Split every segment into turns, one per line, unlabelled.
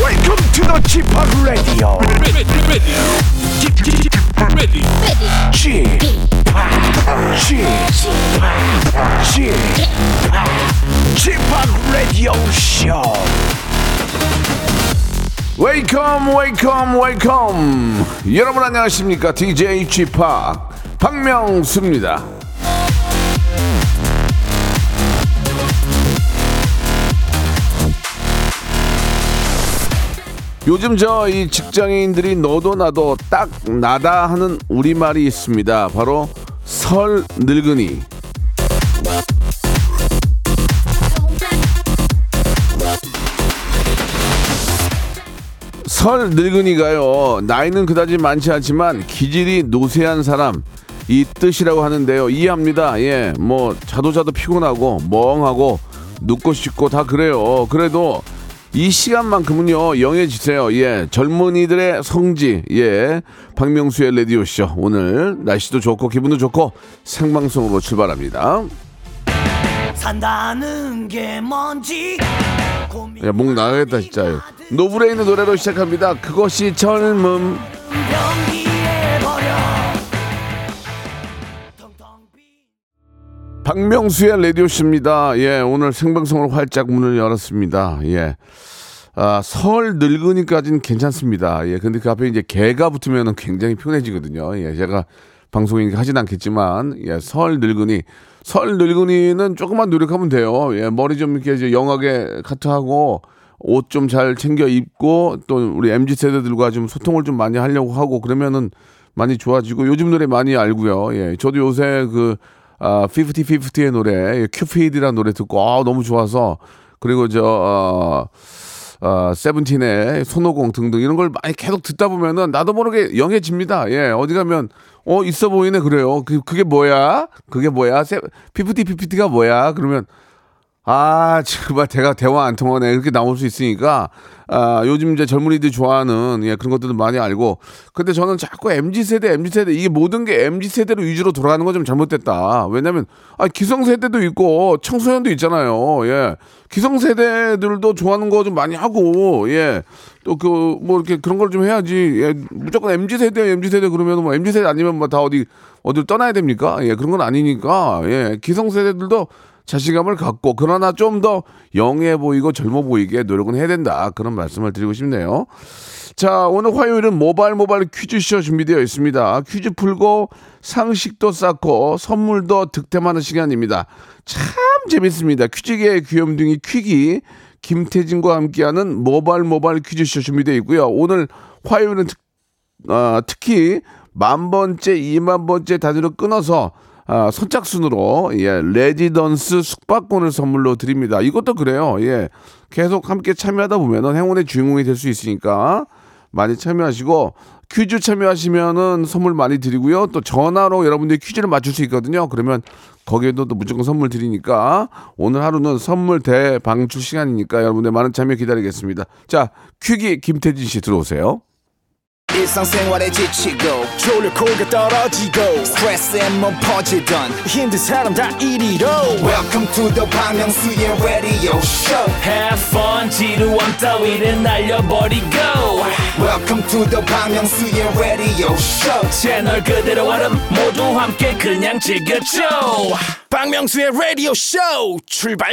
Welcome to the g p o p Radio.
ready, ready, Keep- keep- keep ready.
g p o p g p o p g p o p Radio Show. Welcome, welcome, welcome. 여러분 안녕하십니까? DJ g p o p 박명수입니다. 요즘 저 이 직장인들이 너도 나도 딱 나다 하는 우리말이 있습니다. 바로 설 늙은이. 설 늙은이가요. 나이는 그다지 많지 않지만 기질이 노쇠한 사람 이 뜻이라고 하는데요. 이해합니다. 예. 뭐 자도 자도 피곤하고 멍하고 눕고 싶고 다 그래요. 그래도 이 시간만큼은요. 영해지세요. 예. 젊은이들의 성지. 예. 박명수의 라디오 쇼. 오늘 날씨도 좋고 기분도 좋고 생방송으로 출발합니다.
산다는 게 뭔지 고민
야, 목 나가겠다 진짜. 노브레인의 노래로 시작합니다. 그것이 젊음.
변기해버려 텅텅 빈
박명수의 라디오 씨입니다. 예, 오늘 생방송으로 활짝 문을 열었습니다. 예. 아, 설 늙으니까진 괜찮습니다. 예, 근데 그 앞에 이제 개가 붙으면 굉장히 피곤해지거든요. 예, 제가 방송이니까 하진 않겠지만, 예, 설 늙으니. 설 늙으니는 조금만 노력하면 돼요. 예, 머리 좀 이렇게 이제 영하게 카트하고, 옷 좀 잘 챙겨 입고, 또 우리 MZ 세대들과 좀 소통을 좀 많이 하려고 하고, 그러면은 많이 좋아지고, 요즘 노래 많이 알고요. 예, 저도 요새 그, 아, 50-50의 노래, 예, 큐피드라는 노래 듣고, 아, 너무 좋아서, 그리고 저, 어, 어, 세븐틴의 손오공 등등 이런 걸 많이 계속 듣다 보면은 나도 모르게 영해집니다. 예, 어디 가면 어 있어 보이네 그래요. 그, 그게 뭐야? 그게 뭐야? 세, 피프티 피프티가 뭐야? 그러면 아 정말 대가 대화 안 통하네 이렇게 나올 수 있으니까 아 요즘 이제 젊은이들이 좋아하는 예 그런 것들도 많이 알고 근데 저는 자꾸 mz 세대 mz 세대 이게 모든 게 mz 세대로 위주로 돌아가는 건 좀 잘못됐다 왜냐면 아 기성 세대도 있고 청소년도 있잖아요 예 기성 세대들도 좋아하는 거 좀 많이 하고 예 또 그 뭐 이렇게 그런 걸 좀 해야지 예 무조건 mz 세대 mz 세대 그러면 뭐 mz 세대 아니면 뭐 다 어디 어딜 떠나야 됩니까 예 그런 건 아니니까 예 기성 세대들도 자신감을 갖고 그러나 좀 더 영해 보이고 젊어 보이게 노력은 해야 된다 그런 말씀을 드리고 싶네요. 자 오늘 화요일은 모발 모발 퀴즈쇼 준비되어 있습니다. 퀴즈 풀고 상식도 쌓고 선물도 득템하는 시간입니다. 참 재밌습니다. 퀴즈계의 귀염둥이 퀴기 김태진과 함께하는 모발 모발 퀴즈쇼 준비되어 있고요. 오늘 화요일은 특, 아, 특히 만 번째, 이만 번째 단위로 끊어서 아, 선착순으로 예, 레지던스 숙박권을 선물로 드립니다. 이것도 그래요. 예, 계속 함께 참여하다 보면은 행운의 주인공이 될 수 있으니까 많이 참여하시고 퀴즈 참여하시면은 선물 많이 드리고요. 또 전화로 여러분들이 퀴즈를 맞출 수 있거든요. 그러면 거기에도 또 무조건 선물 드리니까 오늘 하루는 선물 대방출 시간이니까 여러분들 많은 참여 기다리겠습니다. 자, 퀴기 김태진 씨 들어오세요.
일상생활에 지치고, 졸려 코가 떨어지고, 스트레스에 몸 퍼지던, 힘든 사람 다 이리로. welcome to the Bang Myung-soo's radio show
Have fun 지루함 따위를 날려버리고
welcome to the Bang Myung-soo's radio show
채널 그대로 얼음 모두 함께 그냥 즐겨줘
박명수의 라디오 쇼 출발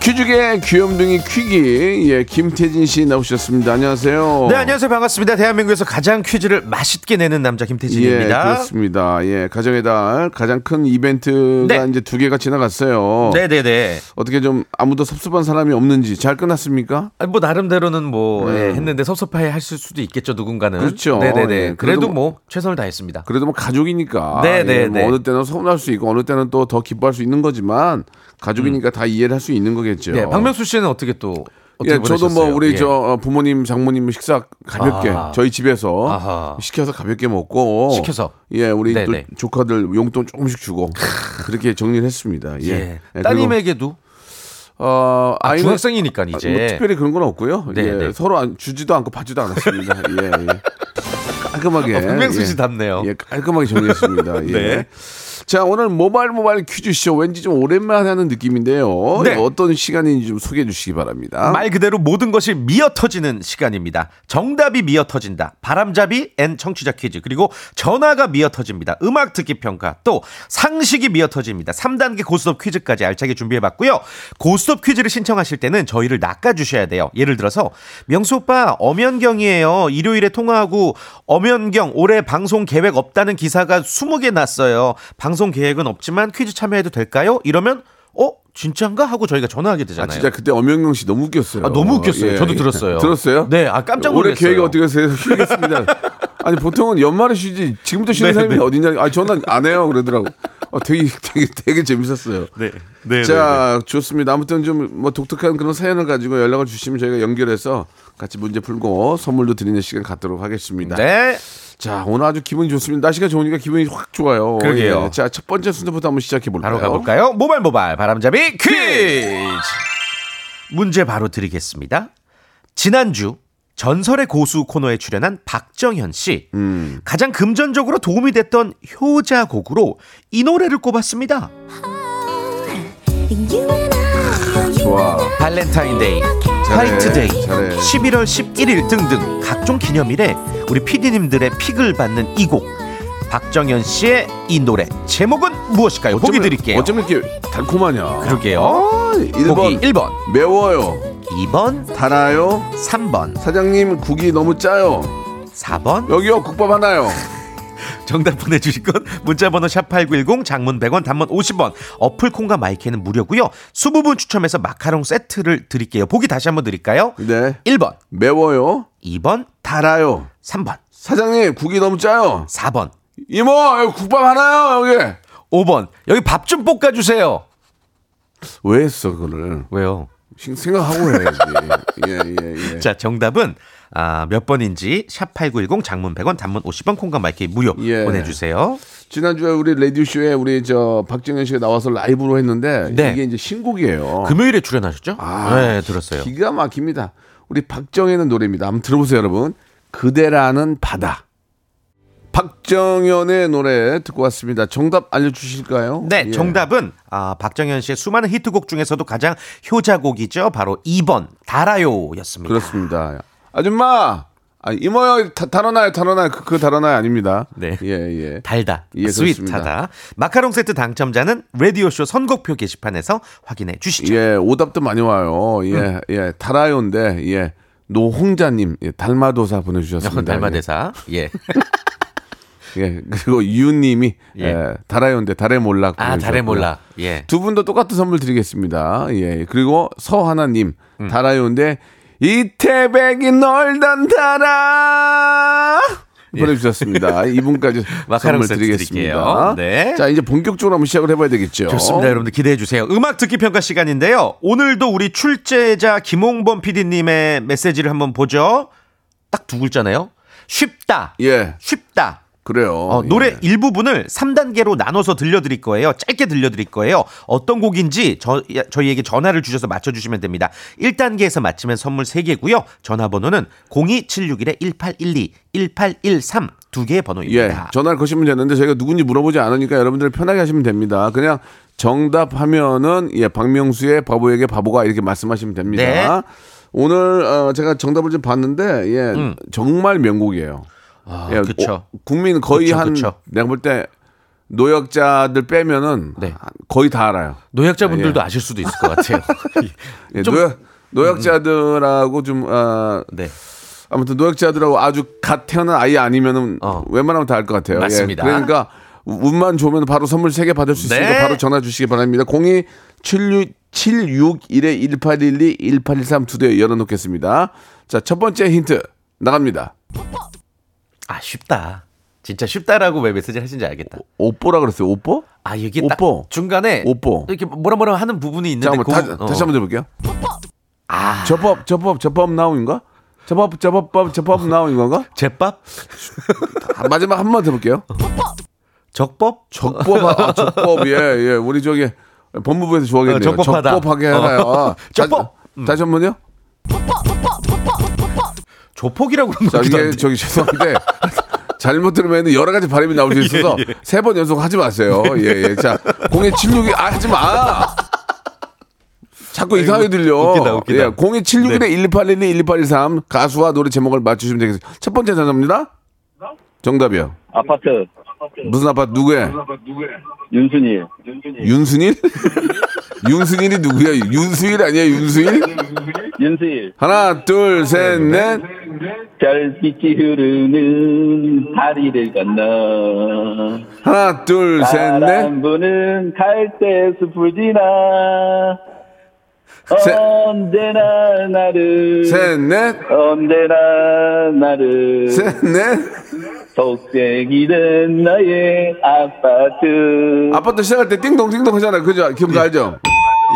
퀴즈계 귀염둥이 퀴기 예 김태진 씨 나오셨습니다. 안녕하세요.
네, 안녕하세요. 반갑습니다. 대한민국에서 가장 퀴즈를 맛있게 내는 남자
예,
김태진입니다.
그렇습니다. 예, 가정의 달 가장 큰 이벤트가
네.
이제 두 개가 지나갔어요.
네, 네, 네.
어떻게 좀 아무도 섭섭한 사람이 없는지 잘 끝났습니까?
아니, 뭐 나름대로는 뭐
네.
예, 했는데 섭섭해 하실 수도 있겠죠, 누군가는.
그렇죠.
네, 네, 네.
예, 그래도
그래도, 뭐,
뭐
최선을 다했습니다.
그래도 뭐 가족이니까
네, 네,
뭐
네.
어느 때는 서운할 수 있고 어느 때는
음.
또 더 기뻐할 수 있는 거지만 가족이니까 다 이해를 할 수 있는 거겠죠.
네, 박명수 씨는 어떻게 또 네, 어떻게
예, 저도 뭐
보내셨어요?
우리
예.
저 어, 부모님 장모님 식사 가볍게
아하.
저희 집에서
아하.
시켜서 가볍게 먹고
시켜서?
예 우리 또
네네.
조카들 용돈 조금씩 주고 그렇게 정리했습니다. 예.
예.
예, 그리고,
따님에게도
어
아,
아이는-
중학생이니까 이제
아, 뭐 특별히 그런 건 없고요.
네,
예,
네.
서로 안- 주지도 않고 받지도 않았습니다. 예, 예. 깔끔하게.
어, 박명수
예.
씨 답네요.
예, 깔끔하게 정리했습니다. 예.
네.
자, 오늘 모바일 모바일 퀴즈쇼 왠지 좀 오랜만에 하는 느낌인데요.
네.
어떤 시간인지 좀 소개해 주시기 바랍니다.
말 그대로 모든 것이 미어 터지는 시간입니다. 정답이 미어 터진다. 바람잡이 앤 청취자 퀴즈. 그리고 전화가 미어 터집니다. 음악 듣기 평가. 또 상식이 미어 터집니다. 3단계 고스톱 퀴즈까지 알차게 준비해 봤고요. 고스톱 퀴즈를 신청하실 때는 저희를 낚아 주셔야 돼요. 예를 들어서 명수 오빠 엄연경이에요. 일요일에 통화하고 엄연경 올해 방송 계획 없다는 기사가 20개 났어요. 방송 계획은 없지만 퀴즈 참여해도 될까요? 이러면 어? 진짠가 하고 저희가 전화하게
아,
되잖아요.
진짜 그때 엄영경 씨 너무 웃겼어요.
아, 너무 웃겼어요.
예,
저도
예.
들었어요.
들었어요?
네, 아, 깜짝
올해
놀랐어요.
계획이 어떻게 되세요? 쉬겠습니다. 아니, 보통은 연말에 쉬지, 지금부터 쉬는
네,
사람이
네.
어디냐. 아, 저는 안 해요. 그러더라고. 어, 되게, 되게, 되게 재밌었어요.
네. 네.
자, 좋습니다. 아무튼 좀 뭐 독특한 그런 사연을 가지고 연락을 주시면 저희가 연결해서 같이 문제 풀고 선물도 드리는 시간 갖도록 하겠습니다.
네.
자, 오늘 아주 기분이 좋습니다. 날씨가 좋으니까 기분이 확 좋아요.
그러게요.
예. 자, 첫 번째 순서부터 한번 시작해 볼까요?
바로 가볼까요? 모발 모발 바람잡이 퀴즈. 문제 바로 드리겠습니다. 지난주 전설의 고수 코너에 출연한 박정현 씨
음.
가장 금전적으로 도움이 됐던 효자곡으로 이 노래를 꼽았습니다.
좋아.
네, 발렌타인데이,
잘해,
화이트데이,
잘해.
11월 11일 등등 각종 기념일에 우리 PD님들의 픽을 받는 이 곡. 박정현 씨의 이 노래 제목은 무엇일까요? 보기
어쩌면-
드릴게요.
어쩜 이렇게 달콤하냐?
그러게요.
아,
보기
1번.
1번,
매워요.
2번,
달아요.
3번,
사장님 국이 너무 짜요.
4번.
여기요 국밥 하나요.
정답 보내주실 건 문자번호 샵8910 장문 100원 단문 50원 어플 콩과 마이크는 무료고요. 20분 추첨해서 마카롱 세트를 드릴게요. 보기 다시 한번 드릴까요?
네.
1번,
매워요.
2번,
달아요.
3번,
사장님 국이 너무 짜요.
4번,
이모 여기 국밥 하나요 여기.
5번. 여기 밥 좀 볶아주세요.
왜 했어 그거를?
왜요?
신- 생각하고 해야지. 예예 예.
자, 정답은 아, 몇 번인지 샵8910 장문 100원 단문 50원 콩과 마이크 무료
예.
보내주세요.
지난주에 우리 라디오 쇼에 우리 저 박정현 씨가 나와서 라이브로 했는데
네. 그
이게 이제 신곡이에요.
금요일에 출연하셨죠?
아,
네, 들었어요.
기가 막힙니다. 우리 박정현의 노래입니다. 한번 들어보세요, 여러분. 그대라는 바다. 박정현의 노래 듣고 왔습니다. 정답 알려주실까요?
네,
예.
정답은 아, 박정현 씨의 수많은 히트곡 중에서도 가장 효자곡이죠. 바로 2번 달아요였습니다.
그렇습니다. 아줌마, 아, 이모요 다- 달아나요, 달아나요. 그, 그 달아나요 아닙니다.
네.
예, 예.
달다,
예,
스윗하다. 마카롱 세트 당첨자는 라디오쇼 선곡표 게시판에서 확인해 주시죠.
예, 오답도 많이 와요. 예,
음.
예. 달아요인데, 예. 노홍자님, 예, 달마도사 보내주셨습니다.
어, 달마대사. 예.
예, 예. 그리고 이유님이,
예.
예, 달아요인데, 달에 몰락.
아,
보내주셨고요.
달의 몰라. 예.
두 분도 똑같은 선물 드리겠습니다. 예. 그리고 서하나님,
음.
달아요인데, 이태백이 널단 달아! 보내주셨습니다. 이분까지
예. 마카롱
선물
세트
드리겠습니다.
드릴게요. 네.
자, 이제 본격적으로 한번 시작을 해봐야 되겠죠.
좋습니다, 여러분들 기대해 주세요. 음악 듣기 평가 시간인데요. 오늘도 우리 출제자 김홍범 PD님의 메시지를 한번 보죠. 딱 두 글자네요. 쉽다.
예.
쉽다.
그래요.
어, 노래
예.
일부분을 3단계로 나눠서 들려드릴 거예요. 짧게 들려드릴 거예요. 어떤 곡인지 저, 저희에게 전화를 주셔서 맞춰주시면 됩니다. 1단계에서 맞히면 선물 3개고요. 전화번호는 02761-1812, 1813 두 개의
예.
번호입니다.
전화를 거시면 되는데 저희가 누군지 물어보지 않으니까 여러분들 편하게 하시면 됩니다. 그냥 정답 하면은 예, 박명수의 바보에게 바보가 이렇게 말씀하시면 됩니다.
네.
오늘 어, 제가 정답을 좀 봤는데 예, 정말 명곡이에요. 예,
음. 아, 그쵸.
어, 국민 거의
그쵸,
한
그쵸.
내가 볼 때 노약자들 빼면은
네.
거의 다 알아요.
노약자분들도 아실 수도 있을 것 같아요.
예,
좀-
노약 노약자들하고 좀 아,
네.
아무튼 노약자들하고 아주 갓 태어난 아이 아니면은
어.
웬만하면 다 알 것 같아요. 예,
맞습니다.
그러니까 운만 좋으면 바로 선물 세 개 받을 수 있으니까
네.
바로 전화 주시기 바랍니다. 02 76 761에 1812 1813 두대 열어놓겠습니다. 자, 첫 번째 힌트 나갑니다.
아 쉽다. 진짜 쉽다라고 왜 메시지를 하신지 알겠다.
오뽀라 그랬어요. 오뽀?
아 이게 딱
오뽀.
중간에
오뽀.
이렇게 뭐라 뭐라 하는 부분이 있는데
잠깐만
그-
다,
어.
다시 한번 들어볼게요.
아
저법 저법 저법 나온인가? 저법 저법 법 저법 나온 건가?
제밥?
아, 마지막 한 번 더 볼게요.
적법?
적법 아, 적법 예예 우리 저기 법무부에서 좋아하겠네요.
어, 적법하다.
적법하게 해놔요.
어. 적법.
다, 시한 번요.
조폭이라고 그러면
자
어, 웃기던데.
이게 저기 죄송한데 잘못 들으면 여러 가지 발음이 나올
예,
수 있어서 세 번 연속 하지 마세요. 예예 자 공에 76이 아 하지 마. 자꾸 이상하게 들려.
웃기다, 웃기다. 네.
예, 0276에 1281, 1283 가수와 노래 제목을 맞추시면 되겠습니다. 첫 번째 전화입니다. 정답이요.
네? 아파트
무슨 아파트 누구에?
윤순이
예. 윤순일? 윤순일이 누구야? 윤수일 아니야? 윤수일?
윤수일
하나, 둘, 셋, 넷.
별빛이 흐르는 다리를 건너
하나, 둘, 셋, 넷.
바람 부는 갈대 숲을 지나
셋.
언제나 나를
셋, 넷.
언제나 나를
셋, 넷.
독색이 된 나의 아파트
아파트 시작할 때 띵동띵동 하잖아. 그죠? 기억나죠?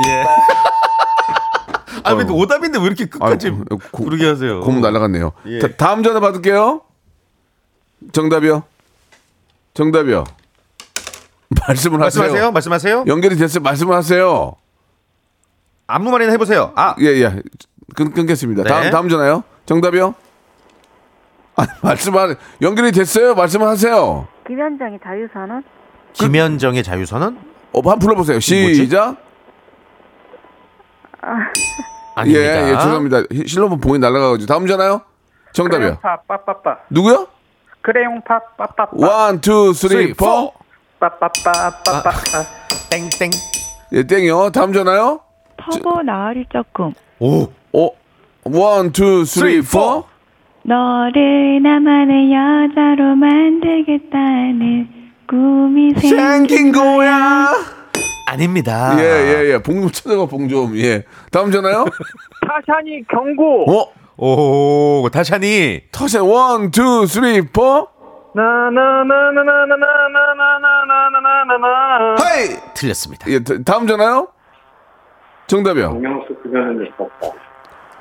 예. 아, 근데 오답인데 왜 이렇게 끝까지
아이고, 고-
부르게 하세요?
고무 날라갔네요.
예.
자, 다음 전화 받을게요. 정답이요. 정답이요. 말씀을 하세요.
말씀하세요. 말씀하세요.
연결이 됐어요. 말씀을 하세요.
아무 말이나 해보세요. 아,
예, 예. 끊, 끊겠습니다. 다음,
네.
다음 전화요. 정답이요? 아, 말씀하, 연결이 됐어요? 말씀을 하세요.
김현정이 자유선언?
그 김현정의 자유선언?
어, 한번 불러보세요. 시작. 예,
아닙니다.
예, 죄송합니다. 히- 실로폰 봉이 날아가가지고. 다음 전화요? 정답이요.
빠빠빠
누구요?
크레용 파빠빠
원, 투, 쓰리, 포.
빠빠빠빠빠
땡땡.
예, 땡이요. 다음 전화요? 어?
터보 나으리 조금
오,
오, 원, 투, 쓰리,
쓰리, 포.
포.
너를 나만의 여자로 만들겠다는 꿈이
생긴 거야.
아닙니다.
예, 예, 예. 봉좀 찾아가, 봉 좀. 예. 다음 전화요?
타산이 경고
어?
오, 다시 하니.
터시, 원, 투, 쓰리, 포.
나나나나나나나나나나나나
하이!
틀렸습니다.
예, 다- 다음 전화요? 정답이요.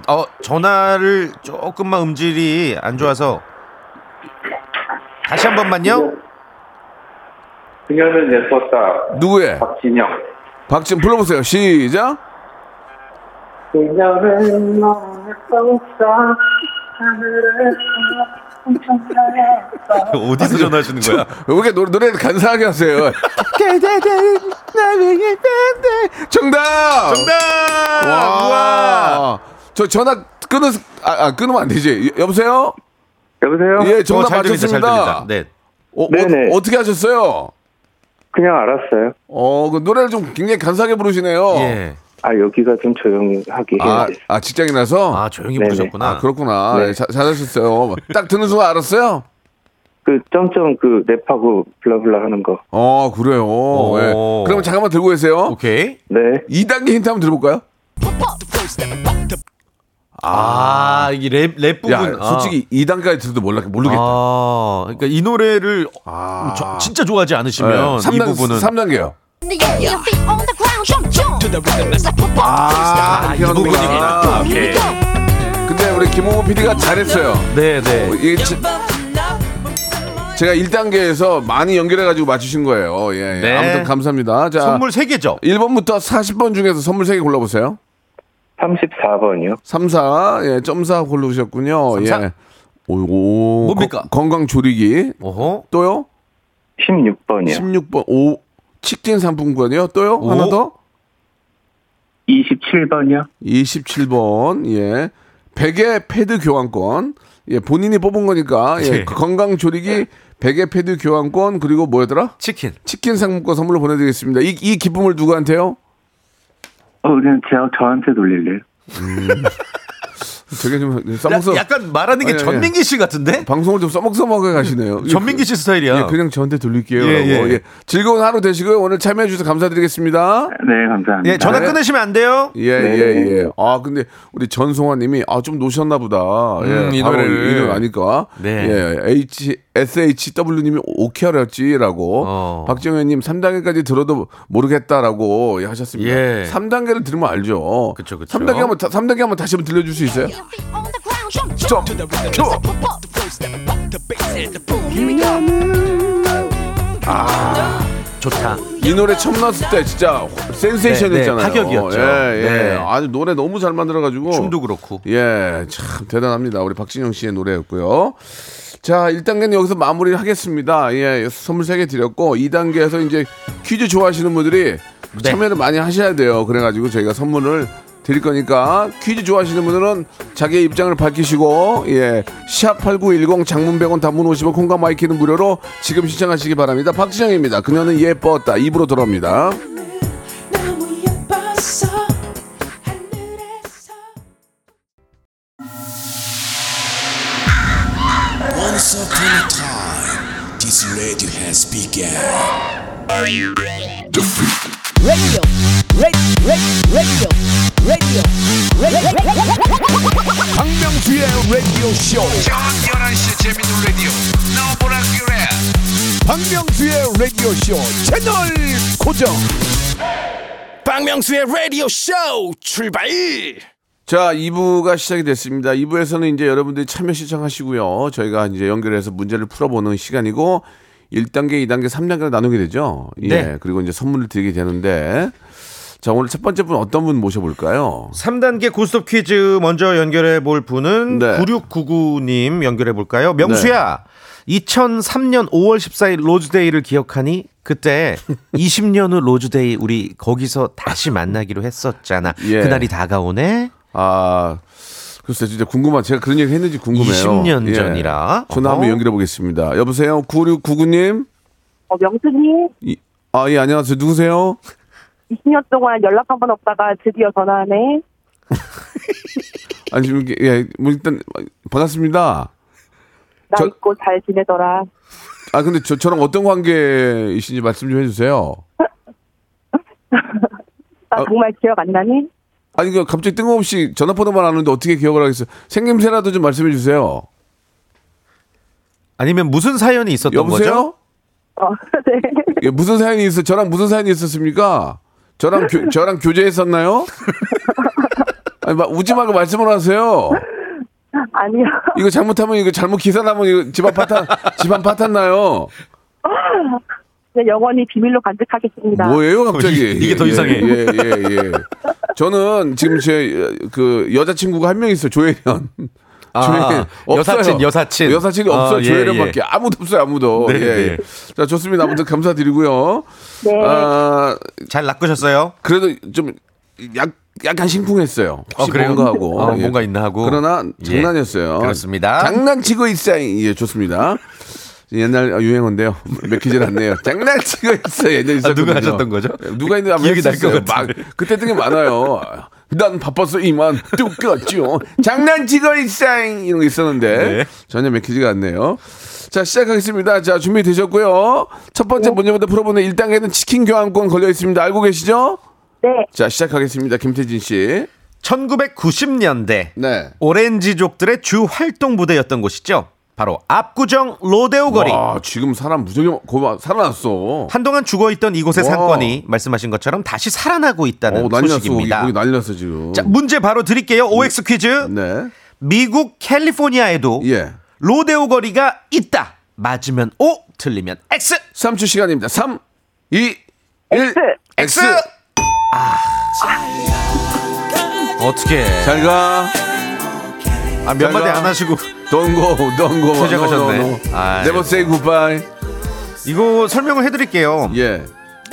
어, 전화를 조금만 음질이 안 좋아서. 다시 한 번만요.
그녀는 예뻤다.
누구의?
진영.
박진 불러보세요. 시작.
그녀는 너무 예뻤다.
어디서 전화하시는 거야?
왜 이렇게 노래, 노래 간사하게 하세요? 정답!
정답! 네! 우와!
와! 저 전화 끊어, 아, 아, 끊으면 안 되지. 여- 여보세요?
여보세요?
예,
어,
정답
잘 들립니다. 잘
맞췄습니다.
들립니다. 네.
어, 어,
네네.
어떻게 하셨어요?
그냥 알았어요.
어, 그 노래를 좀 굉장히 간사하게 부르시네요.
예.
아, 여기가 좀 조용하게 해야
아,
돼.
아, 직장이라서?
아, 조용히
네네.
부르셨구나.
아, 그렇구나.
네.
예, 자- 잘하셨어요. 딱 듣는 순간 알았어요?
그 점점 그 랩하고 블라블라 하는 거.
어, 그래요. 예. 그럼 잠깐만 들고 계세요.
오케이.
네.
2단계 힌트 한번 들어볼까요?
아, 이게 랩, 랩 부분.
야,
아.
솔직히 2단까지 들어도 몰라, 모르겠다.
아, 그러니까 이 노래를 음, 저- 진짜 좋아하지 않으시면 이
3단,
부분은
예. 3단계요.
아, 이 부분이구나. 오케이.
근데 우리 김홍호 PD가 잘했어요.
네, 네.
이게 제, 제가 1단계에서 많이 연결해가지고 맞추신 거예요. 예, 예.
네.
아무튼 감사합니다. 자,
선물 세개죠
1번부터 40번 중에서 선물 3개 골라보세요.
34번이요.
34, 예, 점사 고르셨군요.
삼사.
예. 오,
뭡니까?
건강조리기.
오호.
또요?
16번이요.
16번, 오, 치킨 상품권이요. 또요?
예. 오.
하나 더?
27번이요.
27번, 예. 베개 패드 교환권. 예, 본인이 뽑은 거니까, 예.
예.
건강조리기, 베개 패드 교환권, 그리고 뭐였더라?
치킨.
치킨 상품권 선물로 보내드리겠습니다. 이, 이 기쁨을 누구한테요?
어, 그냥 제가 저한테 돌릴래요.
되게 좀
야,
써먹서
약간 말하는 게
아니, 아니,
전민기 씨 같은데?
방송을 좀 써먹써먹하게 가시네요.
예, 전민기 씨 스타일이야.
예, 그냥 저한테 돌릴게요.
어. 예,
라고.
예.
예. 즐거운 하루 되시고요. 오늘 참여해주셔서 감사드리겠습니다.
네, 감사합니다.
예, 전화 끊으시면 안 돼요.
예, 예, 예. 아, 근데 우리 전송환 님이 아, 좀 노셨나 보다.
음,
예,
이
바로
노래를.
이 노래 아니까.
네.
예, H, SHW님이 오케어렸지라고 박정현님 3단계까지 들어도 모르겠다라고 하셨습니다.
예.
3단계를 들으면 알죠. 그쵸,
그쵸.
3단계 한번 다- 3단계 한번 다시 한번 들려줄 수 있어요?
Jump to the rhythm. Jump.
좋다.
이 노래 처음 나왔을 때 진짜 센세이션이었잖아요.
네, 네, 파격이었죠.
예, 예.
네.
아주 노래 너무 잘 만들어가지고
춤도 그렇고.
예, 참 대단합니다. 우리 박진영 씨의 노래였고요. 자, 1단계는 여기서 마무리를 하겠습니다. 예, 선물 3개 드렸고 2단계에서 이제 퀴즈 좋아하시는 분들이
네.
참여를 많이 하셔야 돼요. 그래가지고 저희가 선물을 드릴 거니까 퀴즈 좋아하시는 분들은 자기의 입장을 밝히시고 예, 샵8910 장문 100원 단문 50원 콩과 마이키는 무료로 지금 신청하시기 바랍니다. 박진영입니다. 그녀는 예뻤다. 입으로 돌아옵니다.
Once upon a time, this radio has begun. Are you ready?
Radio. Radio. Radio. Radio. Radio. 박명수의 라디오 쇼. 저녁 11시 재밌는 라디오. 너보라 그래. 박명수의 라디오 쇼 채널 고정.
박명수의 라디오 쇼 출발! 자, 2부가 시작이 됐습니다. 2부에서는 이제 여러분들이 참여 시청하시고요. 저희가 이제 연결해서 문제를 풀어보는 시간이고 1단계, 2단계, 3단계로 나누게 되죠. 예.
네.
그리고 이제 선물을 드리게 되는데 자, 오늘 첫 번째 분 어떤 분 모셔볼까요?
3단계 고스톱 퀴즈 먼저 연결해 볼 분은
네.
9699님 연결해 볼까요? 명수야. 2003년 5월 14일 로즈데이를 기억하니 그때 20년 후 로즈데이 우리 거기서 다시 만나기로 했었잖아.
예.
그날이 다가오네.
아, 글쎄 진짜 궁금한 제가 그런 얘기 했는지 궁금해요.
20년 전이라.
예. 전화 한번
어허.
연결해 보겠습니다. 여보세요. 9699님?
어, 명수님,
이- 아, 예, 안녕하세요. 누구세요?
20년 동안 연락 한 번 없다가 드디어 전화하네.
아니, 지금 이게- 예, 뭐 일단 반갑습니다.
나
저-
있고 잘 지내더라.
아 근데 저, 저랑 어떤 관계이신지 말씀 좀 해주세요. 어.
나 정말 기억 안 나니?
아니 그 갑자기 뜬금없이 전화번호만 아는데 어떻게 기억을 하겠어요? 생김새라도 좀 말씀해 주세요.
아니면 무슨 사연이 있었던
여보세요?
거죠?
어, 네.
예, 무슨 사연이 있어? 저랑 무슨 사연이 있었습니까? 저랑 교, 저랑 교제했었나요? 아니 막 우지 말고 말씀을 하세요.
아니요.
이거 잘못하면 이거 잘못 기사 나면 이거 집안 파탄 집안 파탄 나요.
그냥 영원히 비밀로 간직하겠습니다.
뭐예요 갑자기?
이- 이게 더
예,
이상해.
예, 예, 예. 저는 지금 제 그 여자친구가 한 명 있어요. 조혜련.
아,
조혜련.
여사친, 여사친.
여사친이 없어요.
아, 예,
조혜련밖에
예.
아무도 없어요. 아무도.
네,
예, 예.
네.
자 좋습니다. 아무튼 감사드리고요.
네.
아,
잘 낚으셨어요?
그래도 좀 약, 약간 심쿵했어요. 혹시
그래요?
뭔가 하고
어, 뭔가 있나 하고.
그러나
예,
장난이었어요.
그렇습니다.
장난치고 있어. 예, 좋습니다. 옛날 아, 유행어인데요. 맥히질 않네요. 장난치고 있어. 옛날
아, 누가
있었거든요.
하셨던 거죠?
누가 있는지 아마
기억이 날것
했었어요. 막
같은데.
그때 등이 많아요. 난 바빴어 이만 뚝 끊었죠. 장난치고 있어 이런 게 있었는데
네.
전혀 맥히지가 않네요. 자 시작하겠습니다. 자 준비 되셨고요. 첫 번째 문제부터 풀어보는 1단계는 치킨 교환권 걸려 있습니다. 알고 계시죠?
네.
자 시작하겠습니다. 김태진 씨.
1990년대
네.
오렌지족들의 주 활동 무대였던 곳이죠. 바로 압구정 로데오 거리.
와 지금 사람 무지개 고마 살아났어.
한동안 죽어 있던 이곳의
와.
상권이 말씀하신 것처럼 다시 살아나고 있다는
어 난리 났어. 거기,
소식입니다.
거기 난리 났어 지금.
자, 뭐 문제 바로 드릴게요. OX 퀴즈.
네.
미국 캘리포니아에도
예.
로데오 거리가 있다. 맞으면 O, 틀리면 X.
3초 시간입니다. 3, 2, 1.
X. 어떻게?
잘 가.
아, 몇
잘
마디
가.
안 하시고
Don't go, don't go.
퇴장하셨네.
No, no, no.
아이고.
Never say goodbye.
이거 설명을 해드릴게요.
예.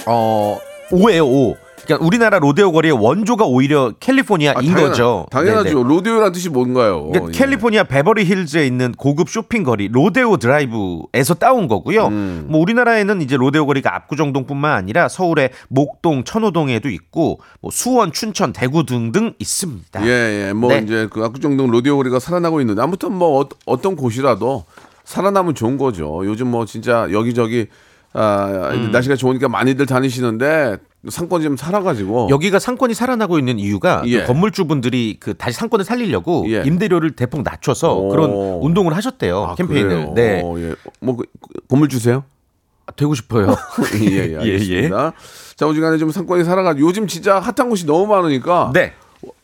어, 오예요, 오. 그러니까 우리나라 로데오 거리의 원조가 오히려
아,
캘리포니아인
당연하-
거죠.
당연하죠.
네네.
로데오란 뜻이 뭔가요?
그러니까
예.
캘리포니아 베버리 힐즈에 있는 고급 쇼핑 거리 로데오 드라이브에서 따온 거고요.
음.
뭐 우리나라에는 이제 로데오 거리가 압구정동뿐만 아니라 서울의 목동, 천호동에도 있고 뭐 수원, 춘천, 대구 등등 있습니다.
예, 예. 뭐
네.
이제 그 압구정동 로데오리가 살아나고 있는데 아무튼 뭐 어, 떤 곳이라도 살아남으면 좋은
음.
거죠. 요즘 뭐 진짜 여기저기 아, 날씨가 좋으니까 많이들 다니시는데 상권 좀 살아가지고
여기가 상권이 살아나고 있는 이유가 그
예.
건물주분들이 그 다시 상권을 살리려고 임대료를 대폭 낮춰서
오.
그런 운동을 하셨대요 캠페인을.
아, 그래요?
네.
어, 예. 뭐 그, 건물 주세요.
되고 싶어요.
예, 예, 알겠습니다. 자, 오지간에 좀 상권이 살아가. 요즘 진짜 핫한 곳이 너무 많으니까.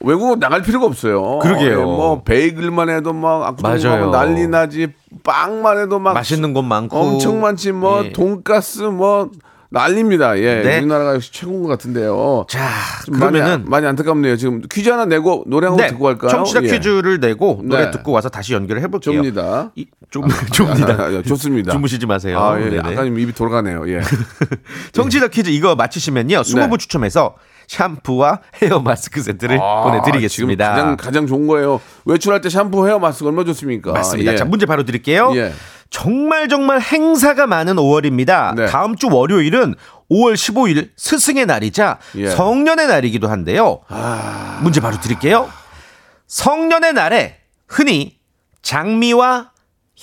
외국 나갈 필요가 없어요.
네. 그러게요.
예, 뭐 베이글만 해도 막
맞아요.
악동하고 난리 나지. 빵만 해도 막
맛있는 곳 많고
엄청 많지. 뭐
그 예.
돈가스 뭐 난리입니다. 예,
네.
우리나라가 역시 최고인 것 같은데요.
자,
많이, 아-
그러면은-
많이 안타깝네요. 지금 퀴즈 하나 내고 노래 한 곡
네,
듣고 갈까요?
청취자
예.
퀴즈를 내고 노래
네.
듣고 와서 다시 연결을 해볼게요.
좁니다.
이- 좀 좁니다.
아, 아, 좋습니다.
주무시지 마세요.
아, 예.
네네.
아까 좀 입이 돌아가네요. 예.
청취자 퀴즈 이거 맞히시면요. 20분 추첨해서 샴푸와 헤어 마스크 세트를
네. 아,
네, 보내드리겠습니다.
지금 가장 가장 좋은 거예요. 외출할 때 샴푸, 헤어 마스크 얼마 나 좋습니까?
맞습니다.
예.
자, 문제 바로 드릴게요. 정말 정말 행사가 많은 5월입니다.
네.
다음 주 월요일은 5월 15일 스승의 날이자
예. 아.
성년의 날이기도 한데요. 문제 바로 드릴게요. 성년의 날에 흔히 장미와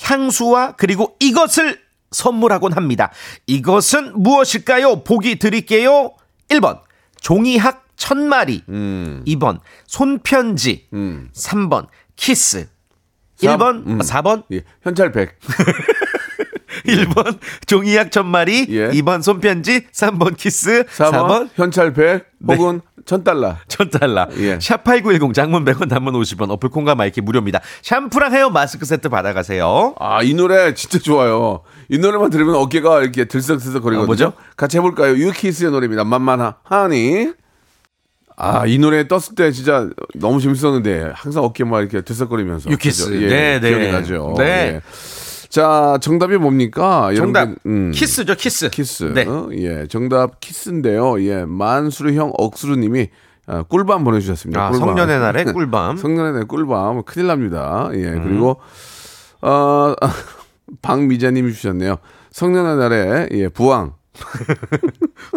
향수와 그리고 이것을 선물하곤 합니다. 이것은 무엇일까요? 보기 드릴게요. 1번 종이학 천 마리.
음.
2번 손편지. 3번 키스. 1번,
음.
아, 4번.
예. 현찰 100.
1번 종이약 천마리, 2번 손편지, 3번 키스, 4번,
예.
네.
4번, 현찰 100 혹은 1000달러.
1000달러.
예.
샵8910 장문 100원 단문 50원 어플콘과 마이키 무료입니다. 샴푸랑 헤어 마스크 세트 받아가세요.
아, 이 노래 진짜 좋아요. 이 노래만 들으면 어깨가 이렇게 들썩들썩 거리거든요.
아, 뭐죠?
같이 해볼까요? 유키스의 노래입니다. 만만하, 하니. 아, 이 노래 떴을 때 진짜 너무 재밌었는데 항상 어깨만 이렇게 들썩거리면서.
유키스.
그죠? 예,
네, 네.
기억이 나죠.
네.
예. 자, 정답이 뭡니까?
정답.
여러분들, 음.
키스죠, 키스.
키스.
네.
어? 예, 정답 키스인데요. 예, 만수르형 억수르님이 아, 꿀밤 보내주셨습니다.
아, 성년의 날에 꿀밤. 음.
성년의 날에 꿀밤. 큰일 납니다. 예, 그리고 어, 박미자님이 주셨네요. 성년의 날에 예, 부왕.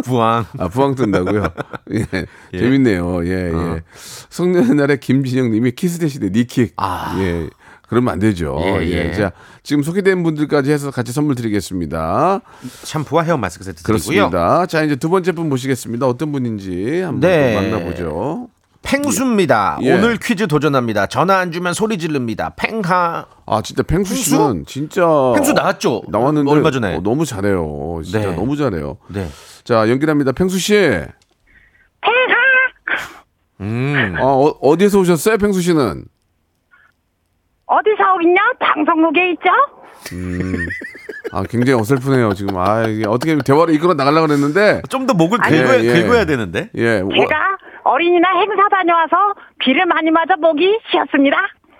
부왕.
아, 부왕 뜬다고요? 예,
예.
재밌네요. 예,
어.
예. 성년의 날에 김진영님이 키스 대신에 니킥. 예. 그러면 안 되죠.
아. 예, 예.
자, 지금 소개된 분들까지 해서 같이 선물 드리겠습니다.
샴푸와 헤어 마스크 세트 드리고요.
그렇습니다. 자 이제 두 번째 분 모시겠습니다. 어떤 분인지 한번
네.
또 만나보죠.
팽수입니다.
예.
오늘 퀴즈 도전합니다. 전화 안 주면 소리 지릅니다. 팽하.
아 진짜 팽수
팽수?
씨는 진짜
팽수 나왔죠?
어. 나왔는데
얼마 전에.
어, 너무 잘해요. 진짜
네.
너무 잘해요.
네.
자 연결합니다. 팽수 씨.
음.
아, 어, 어디에서 오셨어요, 팽수 씨는?
어디서 오겠냐? 방송국에 있죠?
음. 아 굉장히 어설프네요 지금. 아 이게 어떻게 대화를 이끌어 나가려고 그랬는데
좀 더 목을 긁어야- 긁어야 되는데.
예. 워-
제가 어린이날 행사 다녀와서 비를 많이 맞아 목이 쉬었습니다.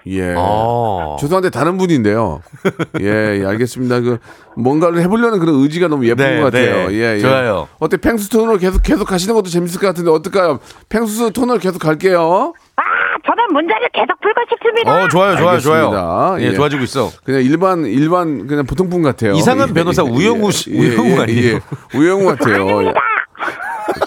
예.
아. 어.
죄송한데 다른 분인데요. 예, 예, 알겠습니다. 그 뭔가를 해보려는 그런 의지가 너무 예쁜
네,
것 같아요.
네.
예, 예.
좋아요.
어때 펭수 톤으로 계속 계속 가시는 것도 재밌을 것 같은데 어떨까요? 펭수 톤으로 계속 갈게요.
아, 저는 문제를 계속 풀고 싶습니다.
어,
어,
알겠습니다.
예, 좋아지고 있어.
그냥 일반 일반 그냥 보통 분 같아요. 예,
이상한 변호사 우영우 씨- 우영우 아니에요?
우영우 같아요.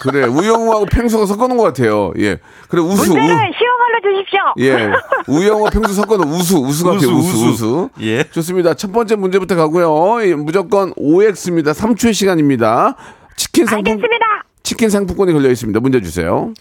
그래, 우영우하고 펭수가 섞어놓은 것 같아요. 예, 그래 우수. 우-
문제를 쉬운 걸로 네, 주십시오.
예. 우영어 평소 섞어는 우수, 우수 같아요.
우수,
우수, 우수. 예. 좋습니다. 첫 번째 문제부터 가고요. 예, 무조건 OX입니다. 3초의 시간입니다. 치킨 상품. 치킨 상품권이 걸려 있습니다. 문제 주세요.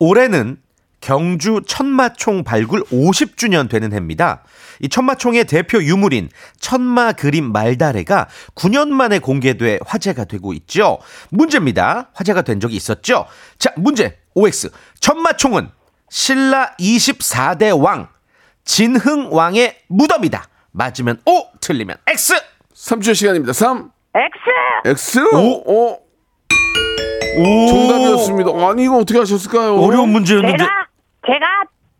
올해는 경주 천마총 발굴 50주년 되는 해입니다. 이 천마총의 대표 유물인 천마 그림 말다래가 9년 만에 공개돼 화제가 되고 있죠. 문제입니다. 화제가 된 적이 있었죠. 자, 문제 OX. 천마총은 신라 24대 왕 진흥 왕의 무덤이다. 맞으면 O, 틀리면 X.
3초의 시간입니다. 3.
X.
X. 오. 오. 정답이었습니다. 아니 이거 어떻게 하셨을까요? 어려운 문제였는데.
제가, 제가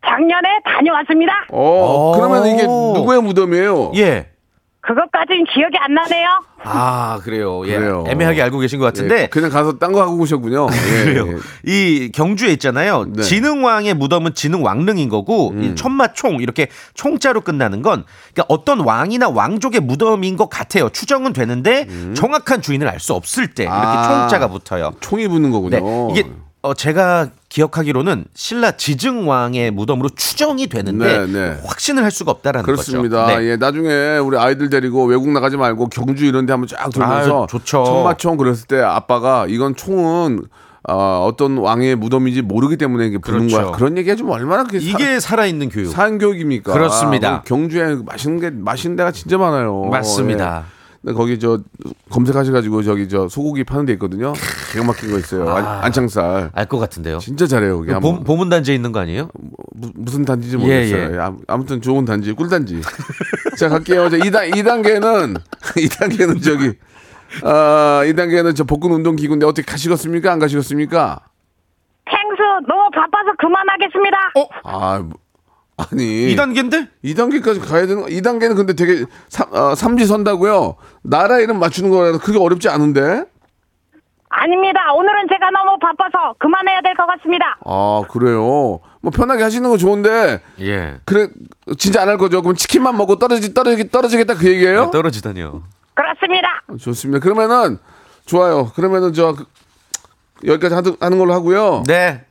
작년에 다녀왔습니다.
어, 그러면 이게 누구의 무덤이에요?
예.
그것까지는 기억이 안 나네요.
아 그래요. 예. 애매하게 알고 계신 것 같은데
예, 그냥 가서 딴 거 하고 오셨군요. 예, 네.
그래요. 이 경주에 있잖아요. 진흥왕의 무덤은 진흥왕릉인 거고
음.
이 천마총 이렇게 총자로 끝나는 건 그러니까 어떤 왕이나 왕족의 무덤인 것 같아요. 추정은 되는데 정확한 주인을 알 수 없을 때 이렇게
음. 아,
총자가 붙어요. 네.
네, 총이 붙는 거군요.
이게 어, 제가 기억하기로는 신라 지증왕의 무덤으로 추정이
네,
되는데
네.
확신을 할 수가 없다라는
그렇습니다.
거죠. 네.
예, 나중에 우리 아이들 데리고 외국 나가지 말고 경주 이런 데 한번 쫙 돌면서
아유, 좋죠.
천마총 그랬을 때 아빠가 이건 총은 어, 어떤 왕의 무덤인지 모르기 때문에 이게 부는
그렇죠.
거야. 그런 얘기가 좀 얼마나 그게
이게 살아있는 교육.
사교육입니까? 뭐
그렇습니다.
경주에 맛있는 게 맛있는 데가 진짜 많아요.
맞습니다.
어, 예. 근데 거기 저 검색하셔가지고 저기 저 소고기 파는 데 있거든요. 기가 막힌 거 있어요. 안-
아, 그
안창살.
알 것 같은데요.
진짜 잘해요. 거기 한번.
보, 문 단지에 있는 거 아니에요?
무, 슨 단지인지 모르겠어요. 예, 아무- 아무튼 좋은 단지, 꿀단지. 자, 갈게요. 자, 2단, 이단계는 이단계는 저기, 아, 이단계는저 복근 운동 기구인데 어떻게 가시겠습니까? 안 가시겠습니까?
탱수 너무 바빠서 그만하겠습니다.
아, 뭐- 아니.
이단계인데
2단계까지 가야 되는 거. 2단계는 근데 되게 삼, 어, 삼지 선다고요. 나라 이름 맞추는 거라서 그게 어렵지 않은데?
아닙니다. 오늘은 제가 너무 바빠서 그만해야 될 것 같습니다.
아, 그래요. 뭐 편하게 하시는 건 좋은데.
예.
그래, 진짜 안 할 거죠. 그럼 치킨만 먹고 떨어지, 떨어지, 떨어지겠다 그 얘기예요?
떨어지다니요.
그렇습니다.
좋습니다. 그러면은 좋아요. 그러면은 저 그- 여기까지 하드- 하는 걸로 하고요.
네.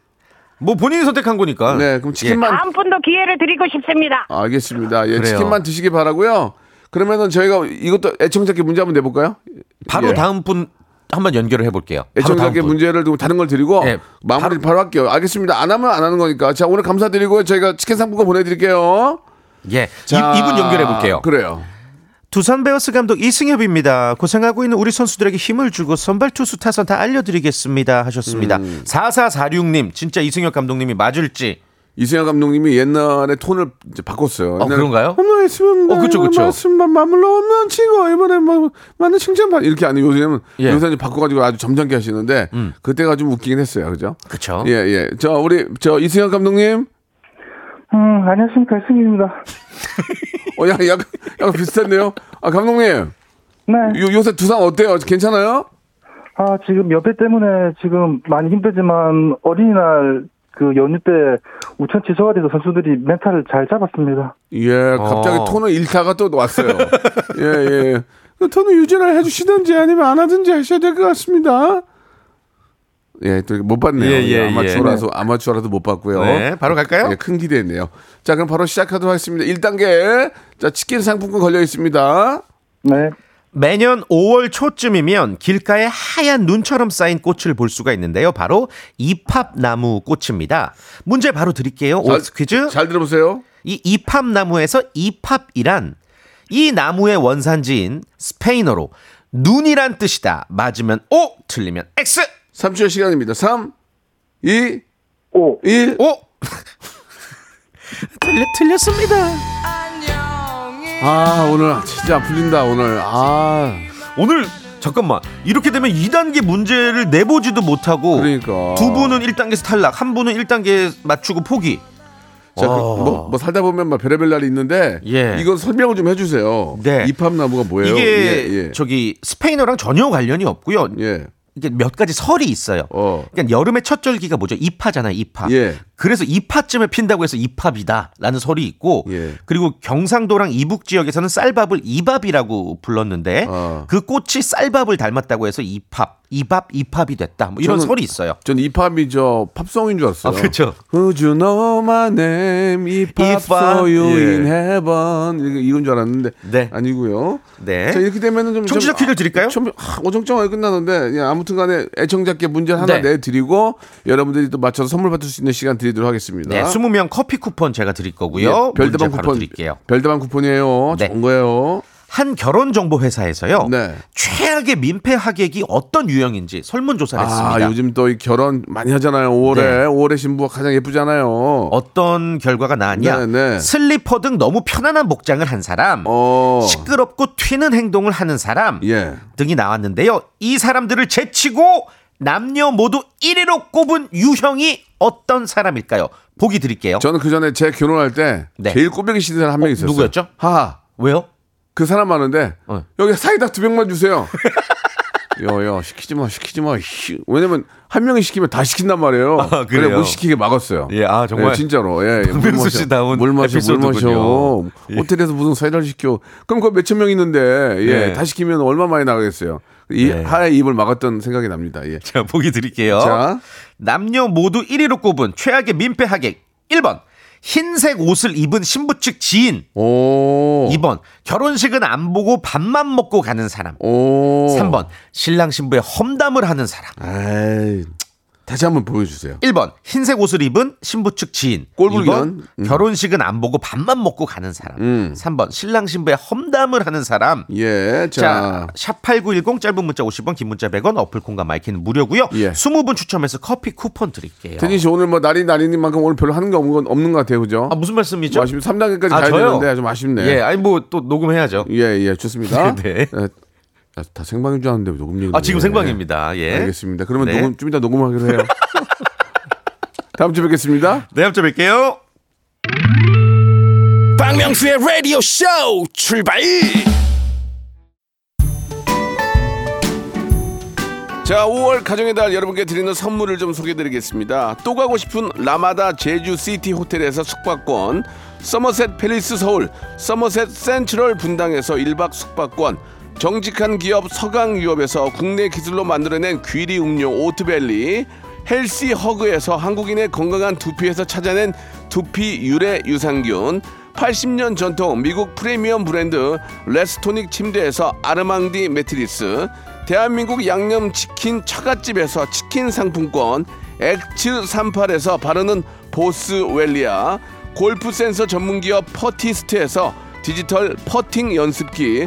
뭐 본인이 선택한 거니까.
네, 그럼 치킨만
다음 분도 기회를 드리고 싶습니다.
알겠습니다. 예,
그래요.
치킨만 드시기 바라고요. 그러면은 저희가 이것도 애청자께 문제 한번 내볼까요?
바로
예.
다음 분 한번 연결을 해볼게요. 바로 다음
애청자께
분. 네.
문제를 두고 다른 걸 드리고 마무리 바로, 할게요. 알겠습니다. 안 하면 안 하는 거니까. 자, 오늘 감사드리고요. 저희가 치킨 상품권 보내드릴게요.
예.
자,
이, 이분 연결해볼게요.
그래요.
두산 베어스 감독 이승엽입니다. 고생하고 있는 우리 선수들에게 힘을 주고 선발 투수 타선 다 알려드리겠습니다 하셨습니다.
음.
4446님 진짜 이승엽 감독님이 맞을지
이승엽 감독님이 옛날에 톤을 이제 바꿨어요.
어, 그런가요?
오늘 있으면
어, 그쵸, 그쵸.
말씀만 마물러 오면 치고 이번에 뭐 많은 칭찬받 이렇게 아니 요새는
예. 음.
요새 는 바꿔가지고 아주 점잖게 하시는데 그때가 좀 웃기긴 했어요, 그죠?
그렇죠.
예, 예. 저 우리 저 이승엽 감독님,
음, 안녕하십니까. 승입니다.
어, 야, 약간, 약간 비슷한데요. 아 감독님,
네.
요, 요새 두산 어때요? 괜찮아요?
아, 지금 옆에 때문에 지금 많이 힘들지만 어린이날 그 연휴 때 우천 취소가 돼서 선수들이 멘탈을 잘 잡았습니다.
예, 갑자기
어.
톤을 잃다가 또 왔어요. 예, 예. 그 톤을 유지를 해주시든지 아니면 안 하든지 하셔야 될 것 같습니다. 예, 또 못 봤네요.
예, 예,
아마추어라서
예.
아마추어라도 못 봤고요.
네, 바로 갈까요?
예, 큰 기대했네요. 자, 그럼 바로 시작하도록 하겠습니다. 1단계. 자, 치킨 상품권 걸려 있습니다.
네.
매년 5월 초쯤이면 길가에 하얀 눈처럼 쌓인 꽃을 볼 수가 있는데요. 바로 이팝나무 꽃입니다. 문제 바로 드릴게요.
잘-
오스 퀴즈.
잘 들어보세요.
이 이팝나무에서 이팝이란 이 나무의 원산지인 스페인어로 눈이란 뜻이다. 맞으면 O, 틀리면 X.
3초의 시간입니다. 3, 2,
5,
1,
5. 틀려, 틀렸습니다.
아, 오늘 진짜 풀린다, 오늘. 아.
오늘 잠깐만. 이렇게 되면 2단계 문제를 내보지도 못하고
그러니까.
두 분은 1단계에서 탈락, 한 분은 1단계 맞추고 포기.
자, 그,
와.
뭐, 뭐 살다 보면 막 별의별 날이 있는데
예.
이건 설명을 좀 해주세요.
네.
이팝나무가 뭐예요?
이게
예, 예.
저기 스페인어랑 전혀 관련이 없고요. 이게 몇 가지 설이 있어요. 그러니까 여름의 첫 절기가 뭐죠? 이파잖아요, 이파.
예.
그래서 이파쯤에 핀다고 해서 이팝이다라는 설이 있고,
예.
그리고 경상도랑 이북 지역에서는 쌀밥을 이밥이라고 불렀는데
아.
그 꽃이 쌀밥을 닮았다고 해서 이팝, 이밥, 이팝이 됐다. 뭐 이런
저는-
설이 있어요.
전 이팝이 저 팝송인 줄 알았어요.
아, 그쵸.
Would you know my name if I
If I-
saw you
예.
in heaven 이거- 이건 줄 알았는데 아니고요.
네.
자 이렇게 되면은 좀
청취자
퀴즈 드릴까요? 좀 아, 오정쩡하게 끝나는데 예, 아무튼간에 애청자께 문제 하나
네.
내드리고 여러분들이 또 맞춰서 선물 받을 수 있는 시간 드리도록 하겠습니다.
네, 20명 커피 쿠폰 제가 드릴 거고요.
예, 별다방
문제 바로
쿠폰,
드릴게요. 네.
별다방 쿠폰이에요. 좋은 거예요.
한 결혼 정보 회사에서요.
네.
최악의 민폐 하객이 어떤 유형인지 설문조사를
아,
했습니다.
요즘 또 이 결혼 많이 하잖아요. 5월에
네.
5월에 신부가 가장 예쁘잖아요.
어떤 결과가 나왔냐?
네, 어, 네.
슬리퍼 등 너무 편안한 복장을 한 사람, 시끄럽고 튀는 행동을 하는 사람
예.
등이 나왔는데요. 이 사람들을 제치고 남녀 모두 1위로 꼽은 유형이 어떤 사람일까요? 보기 드릴게요.
저는 그 전에 제 결혼할 때
네.
제일 꼬맹이 시는 사람 한 명 있었어요.
누구였죠?
하하.
왜요?
그 사람 많은데
어.
여기 사이다 두 병만 주세요. 여여 시키지 마 시키지 마. 씨. 왜냐면 한 명이 시키면 다 시킨단 말이에요.
아, 그래요?
그래 못 시키게 막았어요.
예, 아, 정말.
예, 진짜로. 예, 예.
박명수
물 마셔.
씨다운
물 마셔 물 마셔.
에피소드군요. 예.
호텔에서 무슨 사이다를 시켜. 그럼 그 몇천 명 있는데 예,
네.
다 시키면 얼마 많이 나가겠어요. 이
네.
하의 입을 막았던 생각이 납니다. 예.
자, 보기 드릴게요.
자.
남녀 모두 1위로 꼽은 최악의 민폐 하객. 1번. 흰색 옷을 입은 신부 측 지인.
어.
2번. 결혼식은 안 보고 밥만 먹고
어.
가는 사람. 3번. 신랑 신부의 험담을 하는 사람.
다시 한번 보여주세요.
1번 흰색 옷을 입은 신부 측 지인
꼴불견. 음.
2번 결혼식은 안 보고 밥만 먹고 가는 사람 3번 신랑 신부의 험담을 하는 사람
예, 자.
샵8910 짧은 문자 50원 긴 문자 100원 어플 콩과 마이키는 무료고요
예.
20분 추첨해서 커피 쿠폰 드릴게요
태진 씨 오늘 뭐 날이 날이니만큼 오늘 별로 하는 게 없는, 건 없는 것 같아요, 그죠? 아
무슨 말씀이죠?
아쉽 3단계까지
아,
가야
저요?
되는데 좀 아쉽네.
예, 아니 뭐 또 녹음해야죠.
예, 예, 좋습니다.
네.
예, 아, 다 생방인 줄 아는데 왜 녹음 얘기.
아, 지금 생방입니다. 예.
알겠습니다. 그러면
네.
녹음 좀 이따 녹음하기로 해요. 다음 주에 뵙겠습니다.
네, 다음 주에 뵐게요.
박명수의 라디오 쇼 출발
자, 5월 가정의 달 여러분께 드리는 선물을 좀 소개드리겠습니다. 또 가고 싶은 라마다 제주시티 호텔에서 숙박권, 서머셋 팰리스 서울, 서머셋 센트럴 분당에서 1박 숙박권, 정직한 기업 서강유업에서 국내 기술로 만들어낸 귀리 음료 오트밸리, 헬시 허그에서 한국인의 건강한 두피에서 찾아낸 두피 유래 유산균, 80년 전통 미국 프리미엄 브랜드 레스토닉 침대에서 아르망디 매트리스, 대한민국 양념치킨 처갓집에서 치킨 상품권, 엑츠 38에서 바르는 보스웰리아, 골프센서 전문기업 퍼티스트에서 디지털 퍼팅 연습기,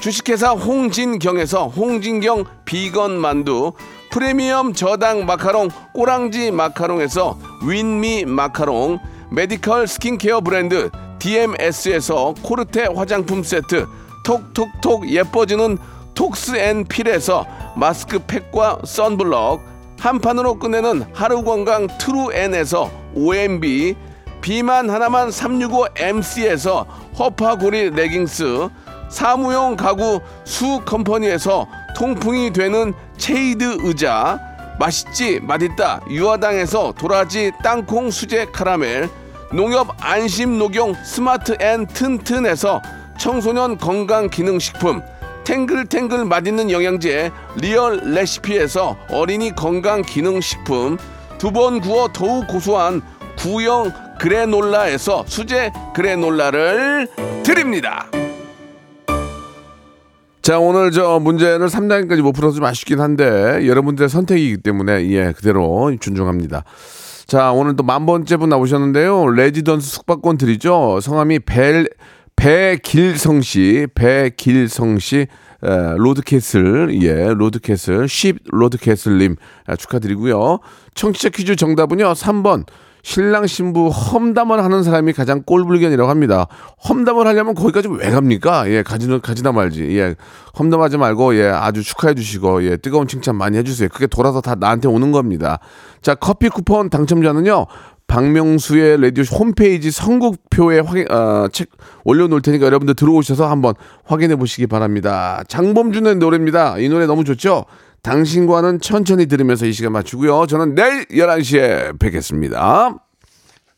주식회사 홍진경에서 홍진경 비건 만두, 프리미엄 저당 마카롱 꼬랑지 마카롱에서 윈미 마카롱, 메디컬 스킨케어 브랜드 DMS에서 코르테 화장품 세트, 톡톡톡 예뻐지는 톡스앤필에서 마스크팩과 선블럭, 한 판으로 끝내는 하루 건강 트루엔에서 OMB 비만 하나만 365MC에서 허파고리 레깅스 사무용 가구 수 컴퍼니에서 통풍이 되는 체이드 의자 맛있지 맛있다 유화당에서 도라지 땅콩 수제 카라멜 농협 안심 녹용 스마트 앤 튼튼에서 청소년 건강 기능 식품 탱글탱글 맛있는 영양제 리얼 레시피에서 어린이 건강 기능 식품 두 번 구워 더욱 고소한 구형 그래놀라에서 수제 그래놀라를 드립니다. 자 오늘 저 문제를 3단계까지 못 풀어서 좀 아쉽긴 한데 여러분들의 선택이기 때문에 예 그대로 준중합니다. 자 오늘 또 만 번째 분 나오셨는데요 레지던스 숙박권 드리죠 성함이 벨 배길성 씨 배길성 씨 에, 로드캐슬 예 로드캐슬 쉽 로드캐슬님 아, 축하드리고요 청취자 퀴즈 정답은요 3번 신랑 신부 험담을 하는 사람이 가장 꼴불견이라고 합니다. 험담을 하려면 거기까지 왜 갑니까? 예, 가지는 가지나 말지. 예, 험담하지 말고 예, 아주 축하해 주시고 예, 뜨거운 칭찬 많이 해주세요. 그게 돌아서 다 나한테 오는 겁니다. 자, 커피 쿠폰 당첨자는요. 박명수의 라디오 홈페이지 선곡표에 확인, 어, 책 올려놓을 테니까 여러분들 들어오셔서 한번 확인해 보시기 바랍니다. 장범준의 노래입니다. 이 노래 너무 좋죠? 당신과는 천천히 들으면서 이 시간 마치고요. 저는 내일 11시에 뵙겠습니다.